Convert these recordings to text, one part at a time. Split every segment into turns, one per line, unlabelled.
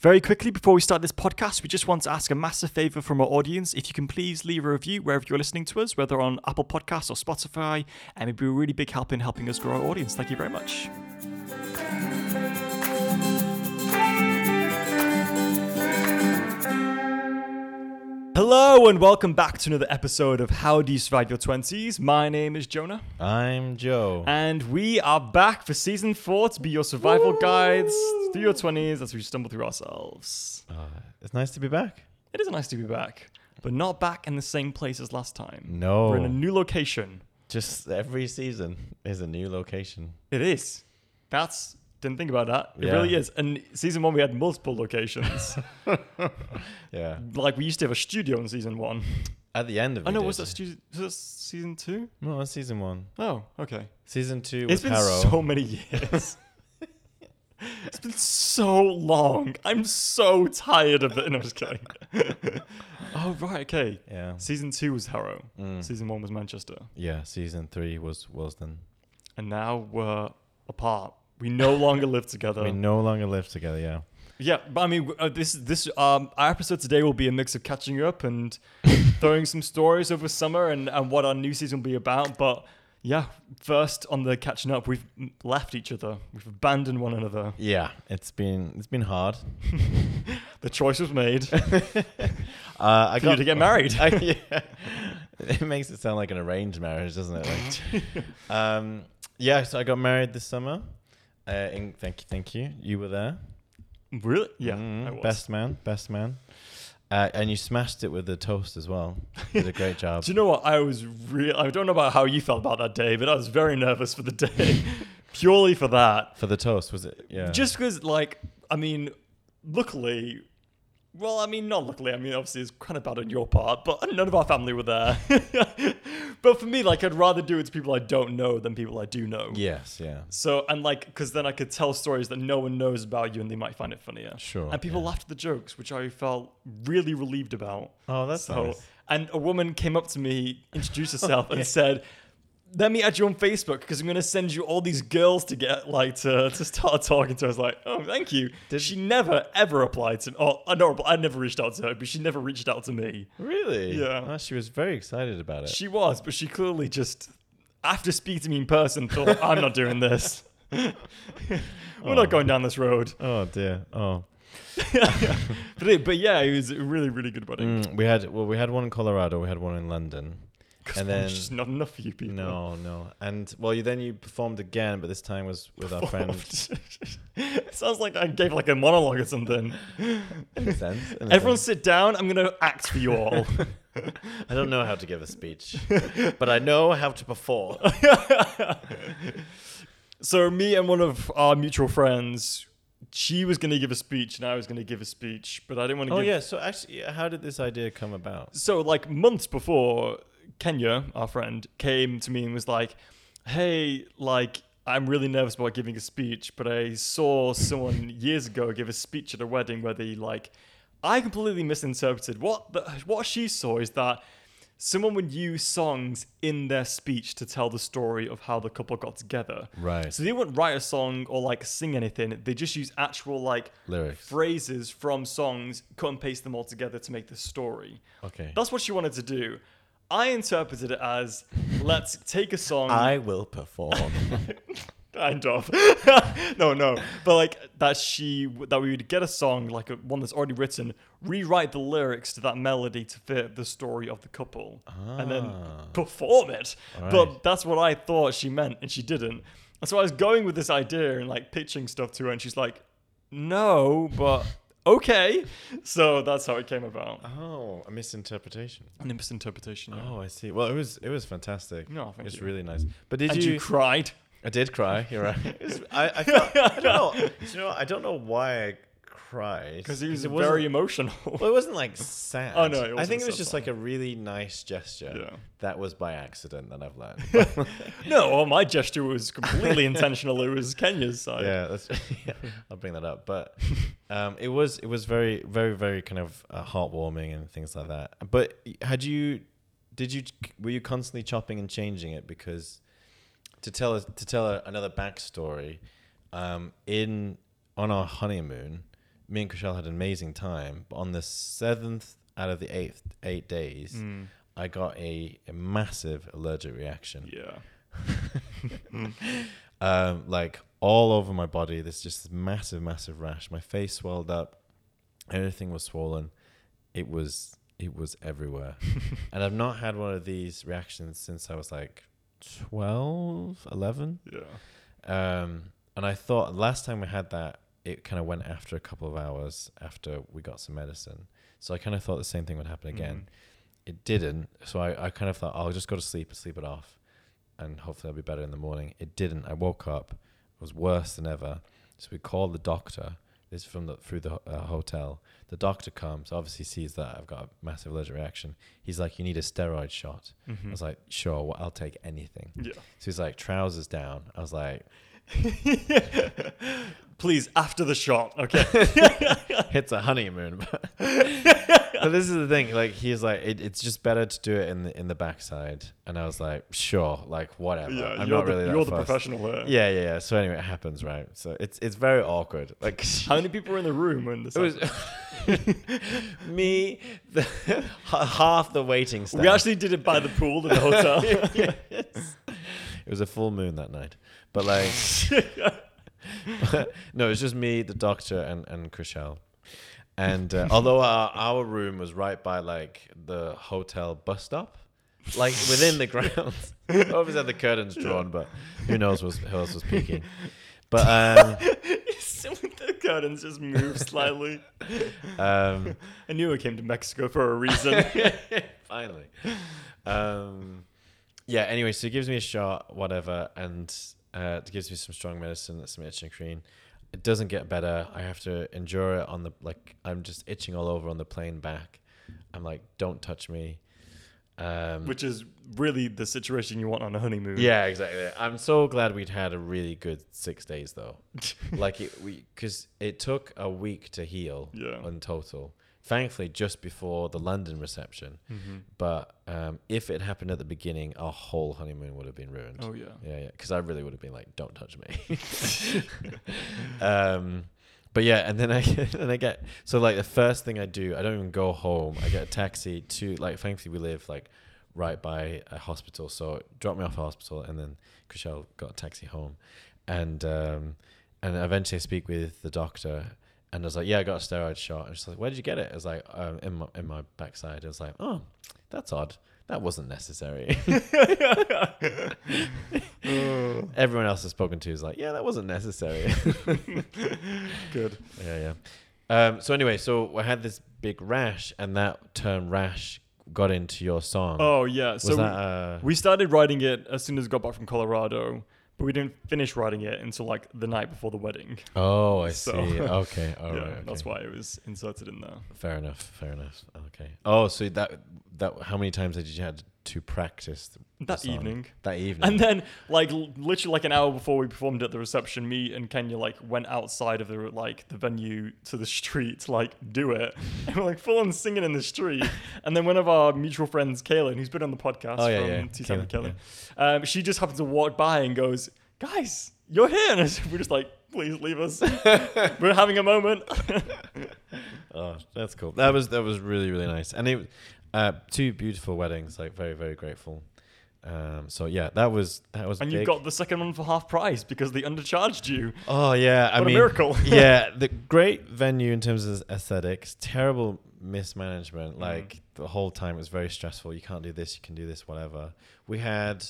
Very quickly, before we start this podcast, we just want to ask a massive favor from our audience. If you can please leave a review wherever you're listening to us, whether on Apple Podcasts or Spotify, and it'd be a really big help in helping us grow our audience. Thank you very much. Hello, and welcome back to another episode of How Do You Survive Your 20s? My name is Jonah.
I'm Joe.
And we are back for season four to be your survival guides through your 20s as we stumble through ourselves.
Uh, it's nice to be back.
It is nice to be back, but not back in the same place as last time.
No.
We're in a new location.
Just every season is a new location.
It is. That's, didn't think about that. It
Yeah.
really is. And season one, we had multiple locations.
Yeah.
like, we used to have a studio in season one.
At the end of
Oh,
it.
no, was that, stu- was that season two?
No, that's season one.
Oh, okay.
Season two
It's
was
been
Harrow.
so many years. it's been so long. I'm so tired of it. No, I'm just kidding. oh, right, okay.
yeah.
Season two was Harrow.
Mm.
Season one was Manchester.
Yeah. Season three was Wilston.
And now we're apart. We no longer live together.
we no longer live together. Yeah.
yeah, but I mean, uh, this this um, our episode today will be a mix of catching up and throwing some stories over summer and, and what our new season will be about. But yeah, first on the catching up, we've left each other. We've abandoned one another.
Yeah. It's been it's been hard.
The choice was made.
Uh, I
For you to get married.
I- yeah. It makes it sound like an arranged marriage, doesn't it? Like, um, yeah. So I got married this summer. Uh, in, thank you. Thank you. You were there.
really? Yeah,
Mm,
I was.
best man, best man. Uh, and you smashed it with the toast as well. You did a great job.
Do you know what? I was real. I don't know about how you felt about that day, but I was very nervous for the day, purely for that.
For the toast, was it? Yeah.
Just because, like, I mean, luckily, well, I mean, not luckily. I mean, obviously, it's kind of bad on your part, but none of our family were there. but for me, like, I'd rather do it to people I don't know than people I do know.
Yes. Yeah.
So and like, because then I could tell stories that no one knows about you, and they might find it funnier.
Sure,
And people
yeah.
laughed at the jokes, which I felt really relieved about.
Oh, that's
So,
nice. Oh,
and a woman came up to me, introduced herself, and said, "Let me add you on Facebook because I'm going to send you all these girls to get like to, to start talking to." I was like, "Oh, thank you." she never ever replied to? Oh, I no, I never reached out to her, but she never reached out to me.
Really?
Yeah.
Oh, she was very excited about it.
She was, but she clearly just, after speaking to me in person, thought, I'm not doing this. We're not going down this road.
oh dear. Oh.
But, it, but yeah, it was a really, really good wedding.
Mm, we had well, we had one in Colorado. We had one in London. And then
There's just not enough for you people.
no, no, and well, you then you performed again, but this time was with our friend.
it sounds like I gave like a monologue or something.
In a sense, in a
Everyone
sense.
sit down. I'm going to act for you all.
I don't know how to give a speech, but I know how to perform.
so me and one of our mutual friends, she was going to give a speech and I was going to give a speech, but I didn't want to
Oh
give
yeah. So actually, how did this idea come about?
so like months before kenya our friend came to me and was like hey like i'm really nervous about giving a speech but i saw someone years ago give a speech at a wedding where they like i completely misinterpreted what the, what she saw is that someone would use songs in their speech to tell the story of how the couple got together
Right.
so they wouldn't write a song or like sing anything they just use actual like
Lyrics.
phrases from songs cut and paste them all together to make the story
Okay.
that's what she wanted to do. I interpreted it as let's take a song.
I will perform.
kind of. no, no. But like that she that we would get a song like a, one that's already written, rewrite the lyrics to that melody to fit the story of the couple, and then
Ah.
perform it.
All
But
right.
that's what I thought she meant, and she didn't. And so I was going with this idea and like pitching stuff to her, and she's like, "No, but okay." So that's how it came about.
oh, a misinterpretation.
An misinterpretation. Yeah.
Oh, I see. Well, it was it was fantastic.
No, thank
it's
you.
really nice. But did
and
you?
you cried.
I did cry. You're right. It was- I, I, felt, I don't know. Do you know? I don't know why I cried.
Because he was
it wasn't-
very emotional.
Well, it wasn't like sad.
Oh, no, it
I
wasn't
think it was
sad
just
song.
like a really nice gesture.
Yeah.
That was by accident that I've learned.
no, well, my gesture was completely intentional. It was Kenya's side.
yeah, that's, yeah, I'll bring that up. But um, it was it was very very very kind of uh, heartwarming and things like that. But had you did you were you constantly chopping and changing it because to tell us to tell a, another backstory um, in on our honeymoon me and Kushal had an amazing time. But on the seventh out of the eighth eight days,
Mm.
I got a, a massive allergic reaction.
Yeah.
um, like all over my body. There's just this massive, massive rash. My face swelled up. Everything was swollen. It was it was everywhere. and I've not had one of these reactions since I was like 12, 11.
Yeah.
Um, and I thought last time we had that, it kind of went after a couple of hours after we got some medicine. So I kind of thought the same thing would happen again it didn't. So I, I kind of thought, "Oh, I'll just go to sleep and sleep it off. And hopefully I'll be better in the morning. It didn't. I woke up, it was worse than ever. So we called the doctor. This is from the, through the uh, hotel. The doctor comes, obviously sees that I've got a massive allergic reaction. He's like, You need a steroid shot.
Mm.
I
Mm-hmm.
was like, Sure, well, I'll take anything.
Yeah.
So he's like, Trousers down. I was like,
Please, after the shot. Okay.
hits a honeymoon. but this is the thing. Like he's like, it, it's just better to do it in the in the backside. And I was like, sure, like whatever.
Yeah.
I'm
you're
not
the,
really. that
you're the
fussed.
professional here.
Yeah, yeah, yeah. So anyway, it happens, right? So it's it's very awkward. Like
How many people were in the room when this?
it was
happened?
me, the, half the waiting staff.
we actually did it by the pool in the hotel.
Yes. It was a full moon that night, but like, no, it was just me, the doctor, and and Kushal. And uh, although our, our room was right by like the hotel bus stop, like within the grounds, obviously had the curtains drawn, but who knows was, who else was peeking. But um,
the curtains just moved slightly.
um,
I knew I came to Mexico for a reason.
finally. Um, yeah, anyway, so he gives me a shot, whatever, and uh, it gives me some strong medicine, some itching cream. It doesn't get better. I have to endure it on the, like, I'm just itching all over on the plane back. I'm like, don't touch me. Um,
which is really the situation you want on a honeymoon.
yeah, exactly. I'm so glad we'd had a really good six days though. like it, we because it took a week to heal.
Yeah.
In total, thankfully, just before the London reception.
Mm-hmm.
But um, if it happened at the beginning, our whole honeymoon would have been ruined.
Oh yeah.
Yeah, yeah. Because I really would have been like, "Don't touch me." um, but yeah, and then I and I get so like the first thing I do, I don't even go home. I get a taxi to like. Thankfully, we live like right by a hospital, so drop me off at hospital, and then Kushal got a taxi home, and um, and eventually I speak with the doctor. And I was like, yeah, I got a steroid shot. And she's like, where did you get it? I was like, um, in my in my backside. I was like, oh, that's odd. That wasn't necessary. Everyone else I've spoken to is like, yeah, that wasn't necessary.
Good.
yeah, yeah. Um, so anyway, so I had this big rash, and that term rash got into your song.
Oh yeah.
was
So
that? Uh,
we started writing it as soon as we got back from Colorado, but we didn't finish writing it until like the night before the wedding.
oh, I
so-
see. Okay, all Oh, right.
yeah,
okay.
that's why it was inserted in there.
Fair enough. Fair enough. Okay. Oh, so that that how many times did you had to practice th- the
That
song?
evening.
That evening.
And then, like l- literally, like an hour before we performed at the reception, me and Kenya like went outside of the like the venue to the street to like do it, and we're like full on singing in the street. and then one of our mutual friends, Kaylin, who's been on the podcast
Oh, yeah,
from
yeah.
Tea Time with
Kaylin,
Kaylin, um, she just happened to walk by and goes, "Guys, you're here!" And we're just like, "Please leave us. we're having a moment."
Oh, that's cool. That was that was really really nice, and it uh, two beautiful weddings. Like very very grateful. Um, so yeah, that was that was.
and
big.
you got the second one for half price because they undercharged you.
Oh yeah, I
What a
mean,
miracle.
yeah, the great venue in terms of aesthetics. Terrible
Mm-hmm.
mismanagement. Like the whole time it was very stressful. You can't do this. You can do this. Whatever. We had,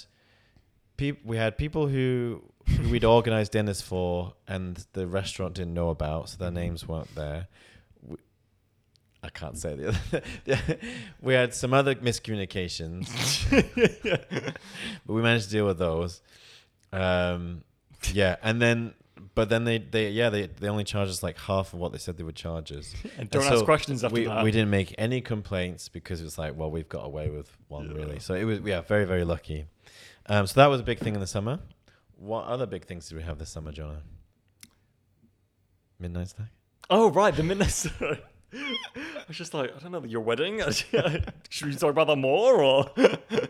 peop- We had people who who we'd organized dinners for, and the restaurant didn't know about, so their
Mm-hmm.
names weren't there. We- I can't say the other. we had some other miscommunications, but we managed to deal with those. Um, yeah, and then but then they they yeah they they only charge us like half of what they said they would charge us.
And don't
And
ask
so
questions after
we,
that.
We didn't make any complaints because it was like well we've got away with one
Yeah.
really. So it was yeah very very lucky. Um, so that was a big thing in the summer. What other big things did we have this summer, Jonah? Midnight snack.
Oh right, the minister. I was just like, I don't know, your wedding? Should we talk about that more? Or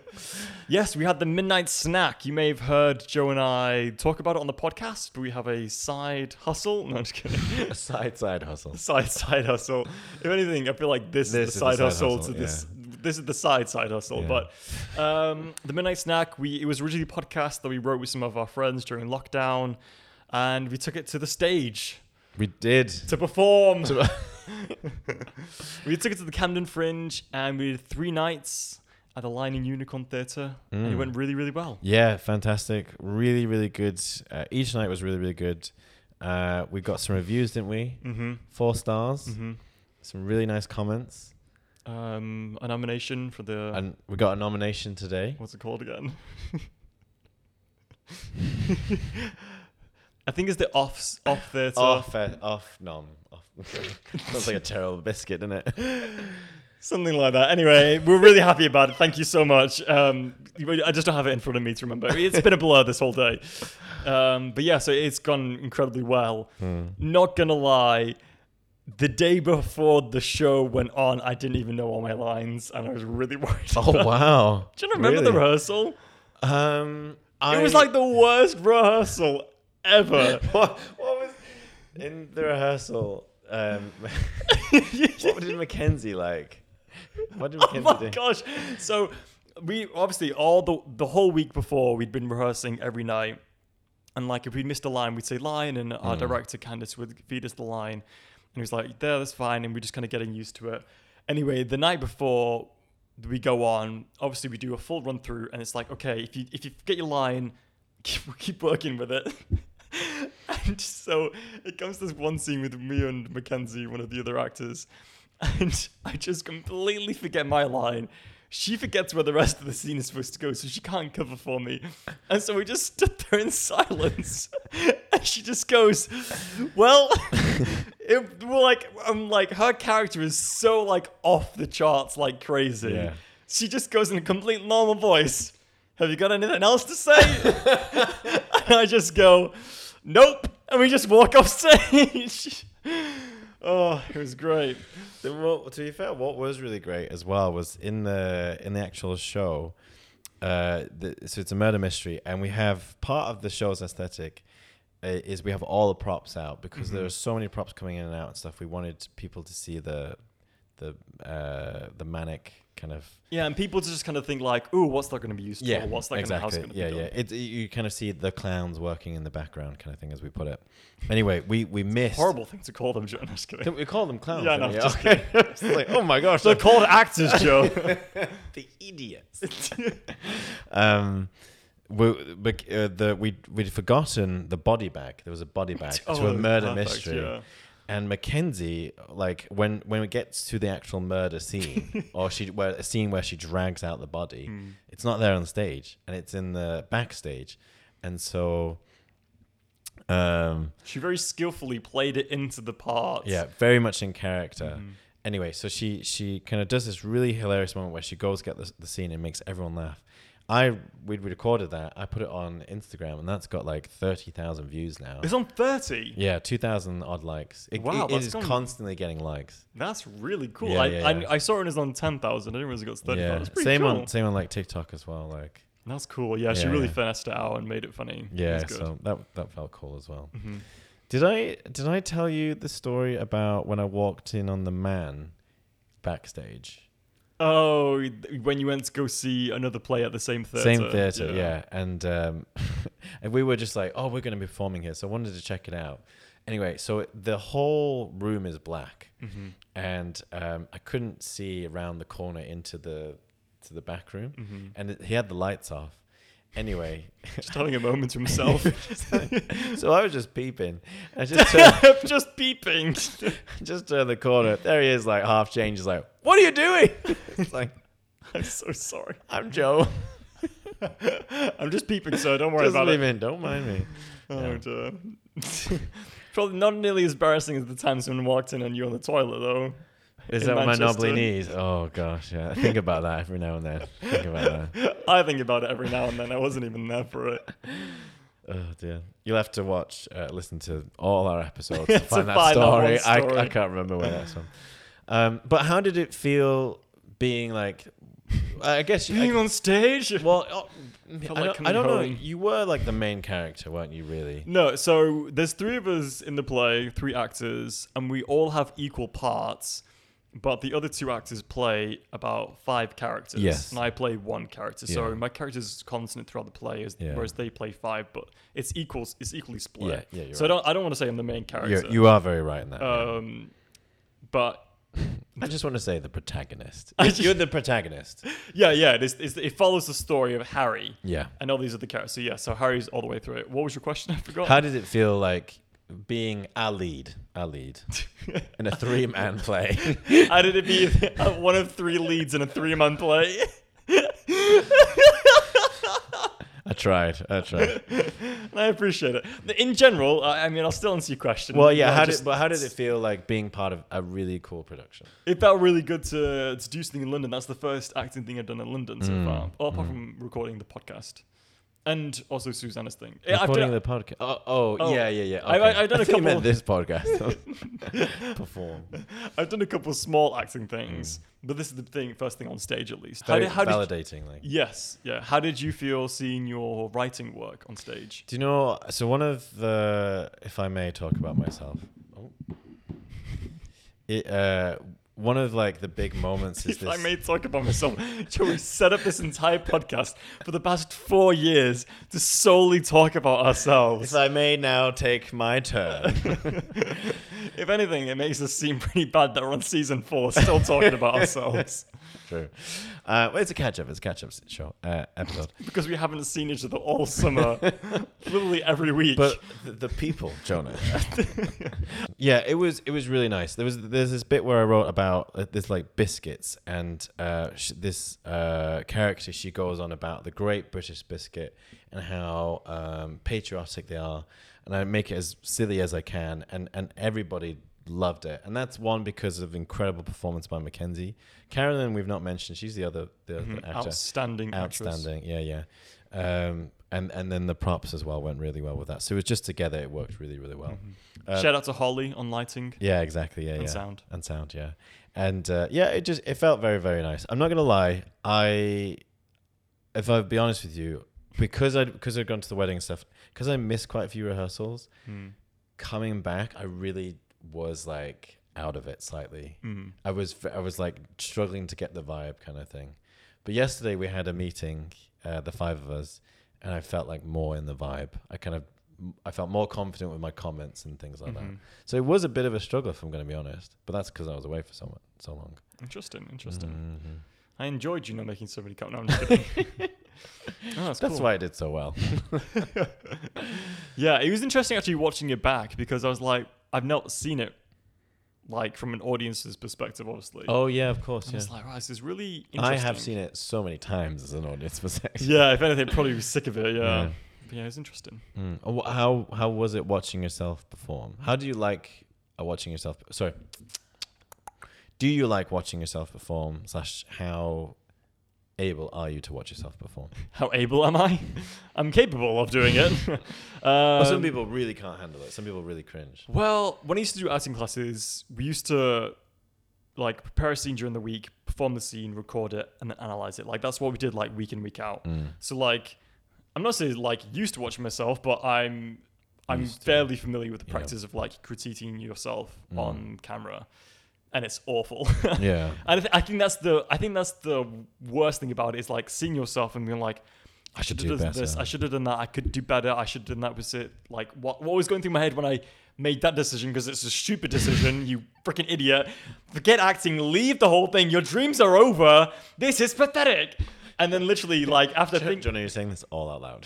yes, we had the midnight snack. You may have heard Joe and I talk about it on the podcast, but we have a side hustle. No, I'm just kidding.
A side side hustle.
Side side hustle. If anything, I feel like this,
This
is the side, hustle, to
hustle,
this. This is the side side hustle.
Yeah.
But um, the midnight snack. We it was originally a podcast that we wrote with some of our friends during lockdown, and we took it to the stage
We did.
to perform. we took it to the Camden Fringe and we did three nights at the Lion and Unicorn Theatre and it
Mm.
went really, really well.
Yeah, fantastic. Really, really good. Uh, each night was really, really good. Uh, we got some reviews, didn't we?
Mm-hmm.
Four stars.
Mm-hmm.
Some really nice comments.
Um, a nomination for the
And we got a nomination today.
what's it called again? I think it's the off off theatre.
Off, uh, off, nom. Off. Sounds like a terrible biscuit, doesn't it?
Something like that. Anyway, we're really happy about it. Thank you so much. Um, I just don't have it in front of me to remember. It's been a blur this whole day. Um, but yeah, so it's gone incredibly well.
Hmm.
Not gonna lie, the day before the show went on, I didn't even know all my lines, and I was really worried.
Oh, wow.
Do you remember the
Really?
rehearsal?
Um,
It was like the worst rehearsal ever.
what, what was in the rehearsal? Um, what did Mackenzie like? What did
oh
Mackenzie
my
do?
gosh! So we obviously all the the whole week before we'd been rehearsing every night, and like if we missed a line, we'd say line, and our director Candice would feed us the line, and he was like, "There, that's fine," and we're just kind of getting used to it. Anyway, the night before we go on, obviously we do a full run through, and it's like, okay, if you if you get your line, keep keep working with it. And so it comes to this one scene with me and Mackenzie, one of the other actors, and I just completely forget my line. She forgets where the rest of the scene is supposed to go, so she can't cover for me. And so we just stood there in silence. And she just goes, Well, it, we're like, I'm like, her character is so like off the charts, like crazy.
Yeah.
She just goes in a complete normal voice. Have you got anything else to say? and I just go, nope, and we just walk off stage. oh, it was great.
The- well, to be fair, what was really great as well was in the in the actual show. Uh, the, so it's a murder mystery, and we have part of the show's aesthetic uh, is we have all the props out because
Mm-hmm.
there are so many props coming in and out and stuff. We wanted people to see the the uh, the manic kind of
Yeah, and people just kind of think like, ooh, what's that going to be used for? What's that
exactly.
gonna, how's it going to
yeah,
be
yeah.
done?
It, it- you kind of see the clowns working in the background, kind of thing, as we put it. Anyway, we we missed.
Horrible thing to call them, Joe. No, just kidding.
Didn't we call them clowns?
Yeah, no,
didn't we?
just
okay. It's like, oh my gosh,
They're called actors, Joe.
the idiots. um, we, bec- uh, the, we'd, we'd forgotten the body bag. There was a body bag
Oh,
to a murder
perfect,
mystery.
yeah.
And Mackenzie, like when when it gets to the actual murder scene, or she where a scene where she drags out the body,
Hmm.
it's not there on stage, and it's in the backstage, and so, um,
she very skillfully played it into the part.
yeah, very much in character.
Mm-hmm.
Anyway, so she she kind of does this really hilarious moment where she goes get the, the scene and makes everyone laugh. I we recorded that. I put it on Instagram, and that's got like thirty thousand views now.
It's on 30.
Yeah, two thousand odd likes. It,
Wow,
it- it
that's
is
gone-
constantly getting likes.
That's really cool.
Yeah,
I,
yeah, yeah.
I, I saw it was on 10,000. I didn't realize it got to 30,000.
yeah,
That's pretty
same
cool.
on same on like TikTok as well. Like
That's cool. Yeah, she
Yeah,
really
yeah.
finessed it out and made it funny.
yeah,
That's good.
so that that felt cool as well.
Mhm.
Did I did I tell you the story about when I walked in on the man backstage?
Oh, th- when you went to go see another play at the same theater.
Same theater, yeah. And um, and we were just like, oh, we're going to be performing here, so I wanted to check it out. Anyway, so the whole room is black,
Mm-hmm.
and um, I couldn't see around the corner into the to the back room,
Mm.
and it, he had the lights off. Anyway,
Mm-hmm. Just having a moment to himself.
so I was just peeping. I just turned,
just peeping.
just turned the corner. There he is, like half changed. He's like, "What are you doing?" It's like,
I'm so sorry.
"I'm Joe.
I'm just peeping, sir. Don't worry
Just
about it.
leaving. Don't mind me."
Oh, dear. Probably not nearly as embarrassing as the time someone walked in and you on the toilet, though.
Is
in
that what my
Manchester.
knobbly knees? Oh gosh, yeah. I think about that every now and then. Think about that.
I think about it every now and then. I wasn't even there for it.
Oh dear. You'll have to watch, uh, listen to all our episodes to
To
find that
find that one
story. I,
story.
I can't remember where that's from. Um, but how did it feel being like? I guess you. I-
Being on stage?
well, oh, I
Felt
don't,
like
I
coming
don't know.
home.
You were like the main character, weren't you? Really?
No, so there's three of us in the play, three actors, and we all have equal parts, but the other two actors play about five characters.
Yes.
And I play one character. So
Yeah.
my character's constant throughout the play, is,
Yeah.
whereas they play five, but it's equals it's equally split.
Yeah, yeah, you're
so I don't I don't want to say I'm the main character.
You're, you are very right in that. yeah.
um but
I just want to say the protagonist.
I
You're,
just-
you're the protagonist.
yeah, yeah, it, is, it's, it follows the story of Harry
Yeah.
and all these other characters. So yeah, so Harry's all the way through it. What was your question? I forgot.
How did it feel like being a lead, a lead in a three-man play?
How did it be one of three leads in a three man play?
I tried. I tried.
And I appreciate it. In general, I, I mean, I'll still answer your question.
Well, yeah.
I
How
just-
did but how did it feel like being part of a really cool production?
it felt really good to, to do something in London. That's the first acting thing I've done in London so
Mm.
far, well, apart from recording the podcast and also Susanna's thing. Yeah, I've
Recording
done,
the podcast. Oh, oh
Oh.
yeah, yeah, yeah.
I- I- I've done a
think you meant
couple-
this podcast. Perform.
I've done a couple of small acting things, but this is the thing, first thing on stage at least.
Mm. Very
how did, how did
validating. like.
yes, yeah. How did you feel seeing your writing work on stage?
Do you know? So one of the, if I may talk about myself, oh. it, uh, one of like the big moments is
If
this.
I may talk about myself, Joey set up this entire podcast for the past four years to solely talk about ourselves.
if I may now take my turn.
If anything, it makes us seem pretty bad that we're on season four, still talking about ourselves
True. Uh, well, it's a catch up. It's a catch up show uh, episode.
because we haven't seen each other all summer, literally every week.
But the, the people, Jonah. yeah, it was it was really nice. There was there's this bit where I wrote about uh, this like biscuits and uh, sh- this uh, character she goes on about the Great British Biscuit and how um, patriotic they are, and I make it as silly as I can, and and everybody loved it, and that's one because of incredible performance by Mackenzie. Carolyn, we've not mentioned. She's the other the other
Mm-hmm.
actor
Oh, outstanding, actress.
outstanding. Yeah, yeah. Um, and and then the props as well went really well with that. So it was just together, it worked really, really well. Uh,
Shout out to Holly on lighting.
yeah, exactly. Yeah,
Mm-hmm. And
yeah.
sound.
and sound. Yeah, and uh, yeah, it just it felt very, very nice. I'm not gonna lie. I, if I be honest with you, because I because I'd gone to the wedding and stuff, because I missed quite a few rehearsals. Coming back, I really was like out of it slightly.
Mm.
I was I was like struggling to get the vibe kind of thing. But yesterday we had a meeting, uh, the five of us, and I felt like more in the vibe. I kind of I felt more confident with my comments and things like
Mm-hmm.
that. So it was a bit of a struggle, if I'm going to be honest. But that's because I was away for so much, so long. Mm-hmm.
Interesting, interesting. I enjoyed you know making so many comments. No, I'm just kidding. Oh, that's
That's
cool.
why I did so well.
Yeah, it was interesting actually watching it back because I was like, I've not seen it like from an audience's perspective, obviously.
oh yeah, of course.
I was like, wow, this is really interesting.
I have seen it so many times as an audience perspective.
Yeah, if anything, probably was sick of it. Yeah.
Yeah.
But yeah, it was interesting.
Mm. Oh, wh- How how was it watching yourself perform? How do you like uh, watching yourself? Sorry. Do you like watching yourself perform? Slash, how able are you to watch yourself perform?
How able am I? I'm capable of doing it. um,
Well, some people really can't handle it. Some people really cringe.
well, when I used to do acting classes, we used to like prepare a scene during the week, perform the scene, record it, and then analyze it. Like that's what we did like week in week out.
Mm.
So like, I'm not saying like used to watching myself, but I'm I'm fairly familiar with the practice of like critiquing yourself on camera, and it's awful.
Yeah.
And I, th- I think that's the I think that's the worst thing about it is like seeing yourself and being like, I should
do
have done this,
better.
I should have done that, I could do better, I should have done that was it. Like what what was going through my head when I made that decision because it's a stupid decision, you freaking idiot. Forget acting, leave the whole thing, your dreams are over. This is pathetic. And then literally like after
Johnny,
think-
you're saying this all out loud.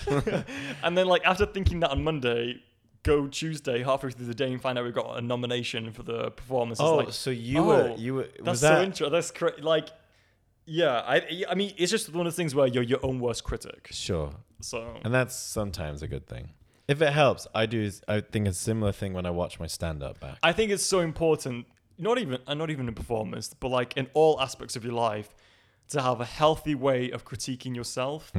and then like after thinking that on Monday, go Tuesday halfway through the day and find out we got a nomination for the performance. It's
oh,
like,
so you
oh,
were you were
that's
was
so
that?
interesting. That's cra- like, yeah. I I mean, it's just one of those things where you're your own worst critic.
sure.
So
And that's sometimes a good thing. If it helps, I do. I think a similar thing when I watch my stand up back.
I think it's so important, not even and not even in performance, but like in all aspects of your life, to have a healthy way of critiquing yourself.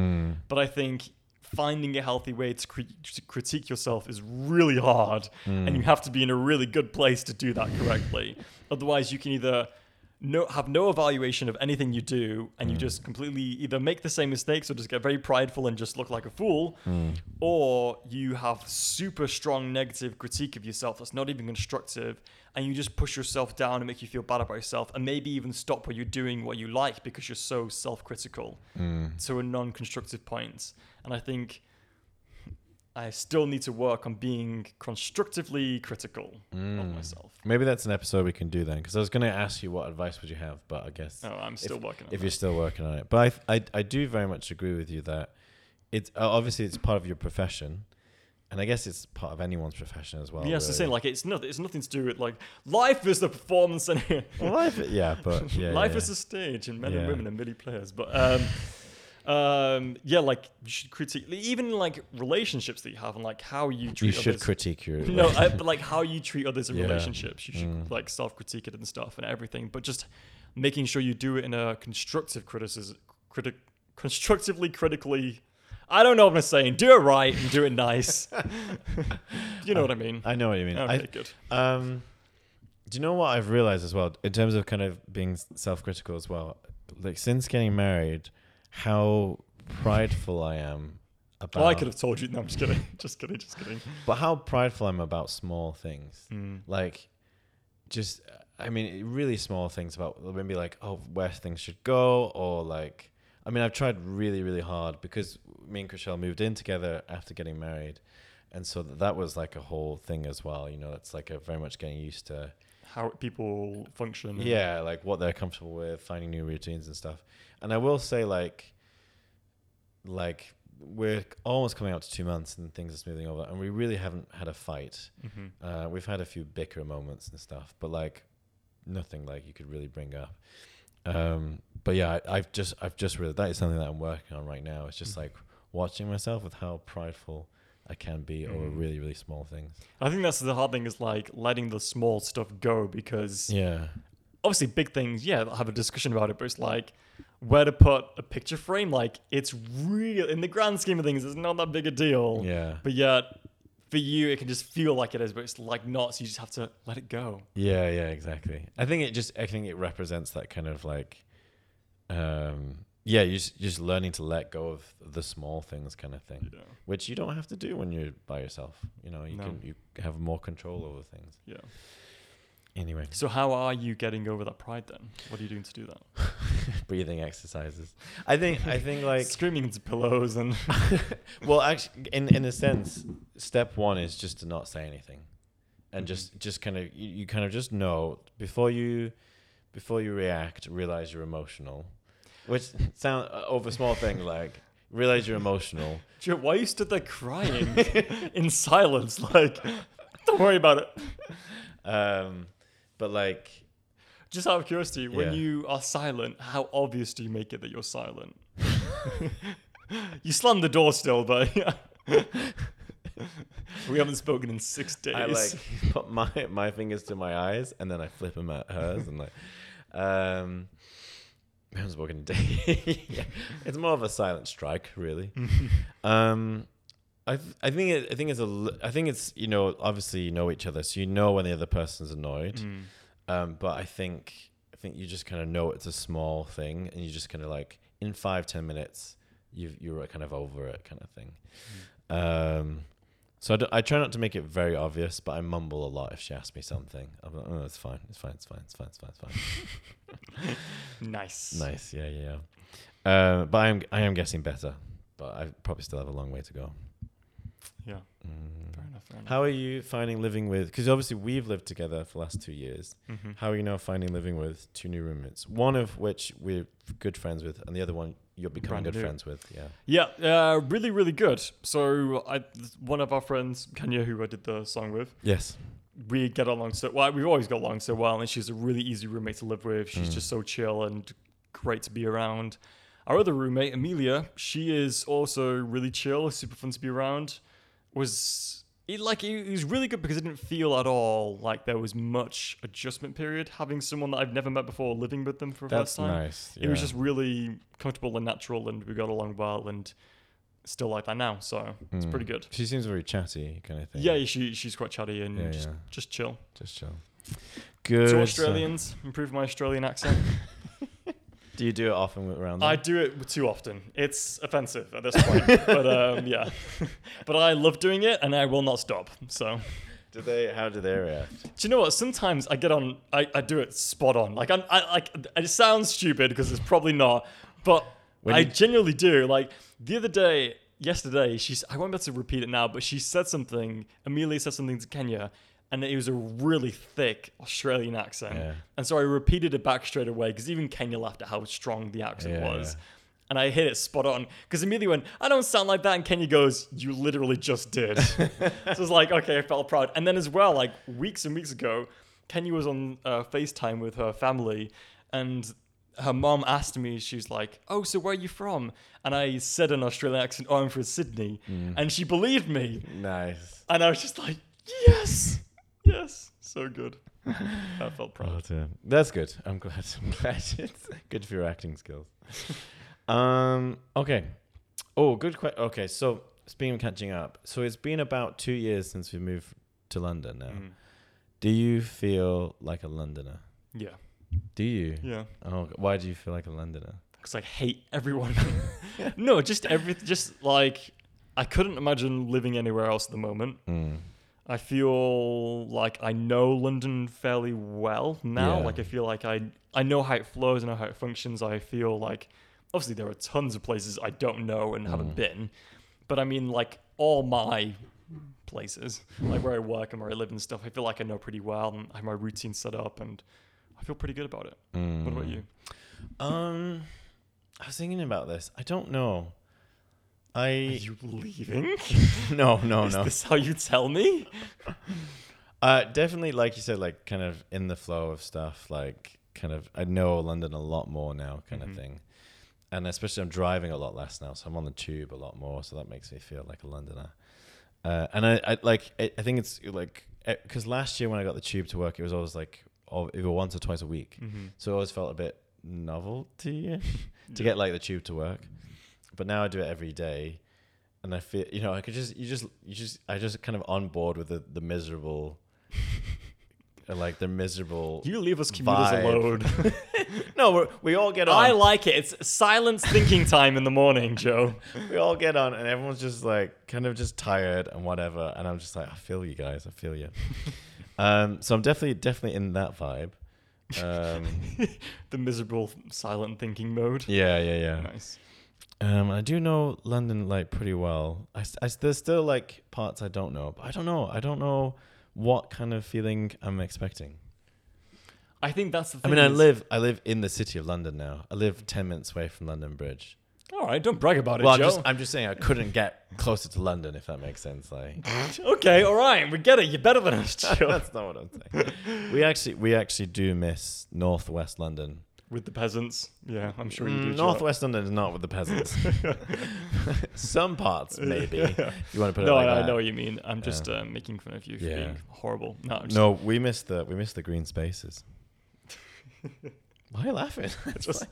But I think finding a healthy way to, cri- to critique yourself is really hard, and you have to be in a really good place to do that correctly. Otherwise, you can either no have no evaluation of anything you do and you just completely either make the same mistakes or just get very prideful and just look like a fool or you have super strong negative critique of yourself that's not even constructive and you just push yourself down and make you feel bad about yourself and maybe even stop what you're doing what you like because you're so self-critical to a non-constructive point and i think i still need to work on being constructively critical of
Mm.
myself
Maybe that's an episode we can do then, because I was going to ask you what advice would you have, but I guess
oh i'm still working on
if
that.
you're still working on it. But I, I, I do very much agree with you that it's uh, obviously it's part of your profession, and I guess it's part of anyone's profession as well. uh,
Yeah, it's the
really.
same. Like it's not. It's nothing to do with like life is the performance and
Well, life, yeah, but yeah,
life
yeah.
is a stage, and men
Yeah.
and women are merely players. But um, um, yeah, like you should critique even like relationships that you have and like how you treat.
you should
others.
critique your
No, I, but like how you treat others in
Yeah.
relationships, you should
Mm.
like self-critique it and stuff and everything. But just making sure you do it in a constructive criticism, critic, constructively, critically. I don't know what I'm saying. Do it right and do it nice. you know what I mean?
I know what you mean.
Okay,
I-
good.
Um, do you know what I've realized as well in terms of kind of being self-critical as well? Like since getting married, how prideful I am about.
Well, Oh, I could have told you. No, I'm just kidding. just kidding. Just kidding.
But how prideful I'm about small things, like just I mean, really small things about maybe like oh where things should go or like I mean I've tried really really hard because me and Chriselle moved in together after getting married. And so that was like a whole thing as well, you know. That's like a very much getting used to
How people function.
yeah like what they're comfortable with finding new routines and stuff and i will say like like we're almost coming out to two months and things are smoothing over and we really haven't had a fight
hmm
uh, we've had a few bicker moments and stuff but like nothing like you could really bring up um, but yeah I, i've just i've just really that is something that i'm working on right now it's just
Mm.
like watching myself with how prideful i can be over
Mm.
really really small things
I think that's the hard thing is like letting the small stuff go because
yeah
obviously big things. Yeah, I'll have a discussion about it, but it's like where to put a picture frame. Like it's real in the grand scheme of things. It's not that big a deal.
yeah
But yet for you, it can just feel like it is, but it's like not. So you just have to let it go.
Yeah, yeah, exactly. I think it just I think it represents that kind of like um yeah, you just, just learning to let go of the small things kind of thing,
Yeah.
which you don't have to do when you're by yourself. You know, you
No.
can you have more control over things.
Yeah.
Anyway,
So how are you getting over that pride then? What are you doing to do that?
breathing exercises. I think I think like
Screaming into pillows and
well, actually in in a sense, step 1 is just to not say anything. And just just kind of you, you kind of just know before you before you react, realize you're emotional. Which sound uh, over small things like realize you're emotional.
Joe, why you stood there crying in silence? Like, don't worry about it.
Um, but like,
Just out of curiosity, when
Yeah.
you are silent, how obvious do you make it that you're silent? you slammed the door still, but we haven't spoken in six days.
I like put my my fingers to my eyes and then I flip them at hers and like, um, I was walking day. yeah. It's more of a silent strike, really. um, I th- I think it, I think it's a l- I think it's you know obviously you know each other, so you know when the other person's annoyed.
Mm.
Um, but I think I think you just kind of know it's a small thing, and you just kind of like in five ten minutes, you you're kind of over it, kind of thing. Um, so I, d- I try not to make it very obvious, but I mumble a lot if she asks me something. I'm like, oh, it's fine, it's fine, it's fine, it's fine, it's fine, it's fine.
nice.
nice, yeah, yeah. yeah. Um, but I am I am getting better, but I probably still have a long way to go.
Yeah,
Mm.
fair enough. Fair enough.
How are you finding living with? Because obviously we've lived together for the last two years.
Mhm.
How are you now finding living with two new roommates? One of which we're good friends with, and the other one you're becoming
Brand
good
new.
friends with. Yeah.
Yeah, uh, really, really good. So, I, one of our friends, Kenya, who I did the song with,
Yes.
we get along so well. We've always got along so well, and she's a really easy roommate to live with.
Hmm.
She's just so chill and great to be around. Our other roommate, Amelia, she is also really chill, super fun to be around. Was it like it was really good because it didn't feel at all like there was much adjustment period having someone that I've never met before living with them for the
That's
first time.
nice.
It was
yeah.
just really comfortable and natural, and we got along well, and still like that now. So it's
Mm.
pretty good.
She seems very chatty, kind of thing.
Yeah, she she's quite chatty and
Yeah,
just
yeah.
just chill.
Just chill. good.
to
sir.
Australians, improve my Australian accent.
Do you do it often around?
I
Them?
do it too often. It's offensive at this point, but um, yeah. but I love doing it, and I will not stop. So,
do they? How do they react?
do you know what? Sometimes I get on. I, I do it spot on. Like I'm. I like. It sounds stupid because it's probably not, but
When
I
you-
genuinely do. Like the other day, yesterday, she's. I won't be able to repeat it now, but she said something. Amelia said something to Kenya. And it was a really thick Australian accent.
Yeah.
And so I repeated it back straight away because even Kenya laughed at how strong the accent
Yeah,
was.
yeah.
And I hit it spot on because immediately went, I don't sound like that. And Kenya goes, You literally just did. so it's like, okay, I felt proud. And then as well, like weeks and weeks ago, Kenya was on uh, FaceTime with her family and her mom asked me, she's like, Oh, so where are you from? And I said in Australian accent, Oh, I'm from Sydney. And she believed me.
Nice.
And I was just like, Yes, yes, so good. I felt proud.
But, uh, that's good. I'm glad. I'm glad it's good for your acting skills. um. Okay. Oh, good question. Okay. So speaking of catching up, so it's been about two years since we moved to London. Now,
Mm.
do you feel like a Londoner?
Yeah,
Do you?
yeah.
Oh, g- why do you feel like a Londoner?
because I hate everyone. no, just every, just like I couldn't imagine living anywhere else at the moment.
Mm.
I feel like I know London fairly well now.
Yeah.
Like I feel like I I know how it flows, I know how it functions. I feel like obviously there are tons of places I don't know and
Mm.
haven't been, but I mean like all my places, like where I work and where I live and stuff. I feel like I know pretty well and I have my routine set up, and I feel pretty good about it. What about
Mm.
you?
Um, I was thinking about this. I don't know.
Are
I
you leaving?
no no
Is
Mm. Oh, no.
this how you tell me?
Uh, definitely, like you said, like kind of in the flow of stuff. Like kind of, I know London a lot more now, kind
Mhm.
of thing. And especially, I'm driving a lot less now, so I'm on the tube a lot more. So that makes me feel like a Londoner. Uh, and I, I like, I, I think it's like because last year when I got the tube to work, it was always like, oh, it was once or twice a week.
Mm.
So it always felt a bit novelty to get like the tube to work. But now I do it every day, and I feel you know I could just you just you just I just kind of on board with the the miserable, uh, like the miserable.
You leave us commuters
Vibe.
alone.
no, we're, we all get
I
on.
like it. It's silence thinking time in the morning, Joe.
we all get on, and everyone's just like kind of just tired and whatever. And I'm just like, I feel you guys. I feel you. um, so I'm definitely definitely in that vibe. Um,
the miserable silent thinking mode.
yeah, yeah, yeah.
Nice.
Um, I do know London like pretty well. I, s- I s- there's still like parts I don't know, but I don't know. I don't know what kind of feeling I'm expecting.
I think that's the
I
thing.
mean, I
is-
live I live in the city of London now. I live ten minutes away from London Bridge.
All right, don't brag about it,
Well, I'm
Joe.
just I'm just saying I couldn't get closer to London if that makes sense. Like
okay, all right, we get it. You're better than us, Joe.
that's not what I'm saying. we actually we actually do miss northwest London.
With the peasants. Yeah, I'm sure you do.
Mm,
Joe.
northwest London is not with the peasants. Some parts maybe. If you want to put
No,
it like
I, I
that.
know what you mean. I'm just uh, making fun of you for
Yeah.
being horrible. No, I'm just,
No, we missed the we missed the green spaces. Why are you laughing?
just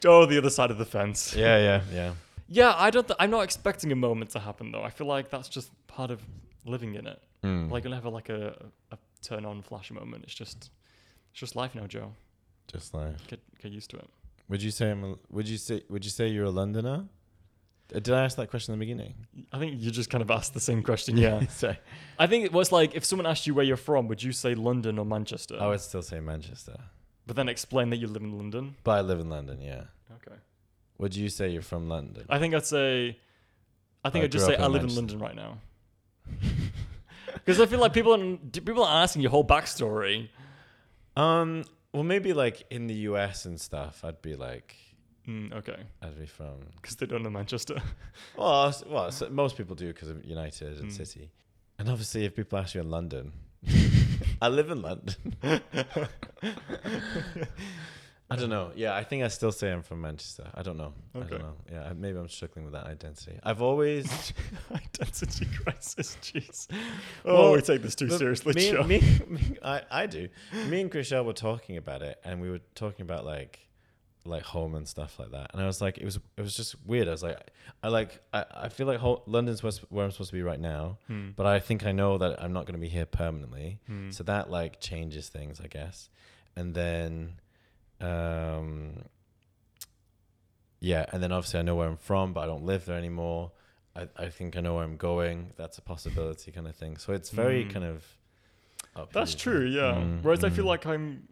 Joe, the other side of the fence.
yeah, yeah, yeah.
Yeah, I don't. Th- I'm not expecting a moment to happen though. I feel like that's just part of living in it.
Mm.
Like you'll never like a, a turn on flash moment. It's just it's just life now, Joe.
just like,
Get get used to it.
would you say I'm? A, would you say? Would you say you're a Londoner? Uh, Did I ask that question in the beginning?
I think you just kind of asked the same question. Yeah,
Sorry.
I think it was like if someone asked you where you're from, would you say London or Manchester?
I would still say Manchester,
but then explain that you live in London.
but I live in London. Yeah.
Okay.
Would you say you're from London?
I think I'd say. I think
I
I'd just
grew
say
up
I
in
live in
Manchester.
London right now. Because I feel like people aren't, people aren't asking your whole backstory.
um. Well, maybe like in the U.S. and stuff. I'd be like,
Mm, okay,
I'd be from.
because they don't know Manchester.
Well, s- well, s most people do because of United and
Mm.
City, and obviously if people ask you in London, I live in London. I don't know. Yeah, I think I still say I'm from Manchester. I don't know. I
Okay.
don't know. Yeah, I- maybe I'm struggling with that identity. I've always
Identity crisis, jeez. Oh,
Oh, Well,
we
we
take this too
but
seriously,
me,
Joe.
me, me- I, I do. Me and Chriselle were talking about it, and we were talking about like like home and stuff like that. And I was like, it was it was just weird. I was like, I like I, I feel like ho London's where, where I'm supposed to be right now,
Hmm.
but I think I know that I'm not going to be here permanently.
Hmm.
Mm-hmm. So that like changes things, I guess. And then, um, yeah, and then obviously I know where I'm from, but I don't live there anymore. I, I think I know where I'm going. That's a possibility, kind of thing. So it's very
Mm.
kind of. up
That's
in the
true,
air.
yeah.
Mm,
Whereas I
mm.
feel like I'm,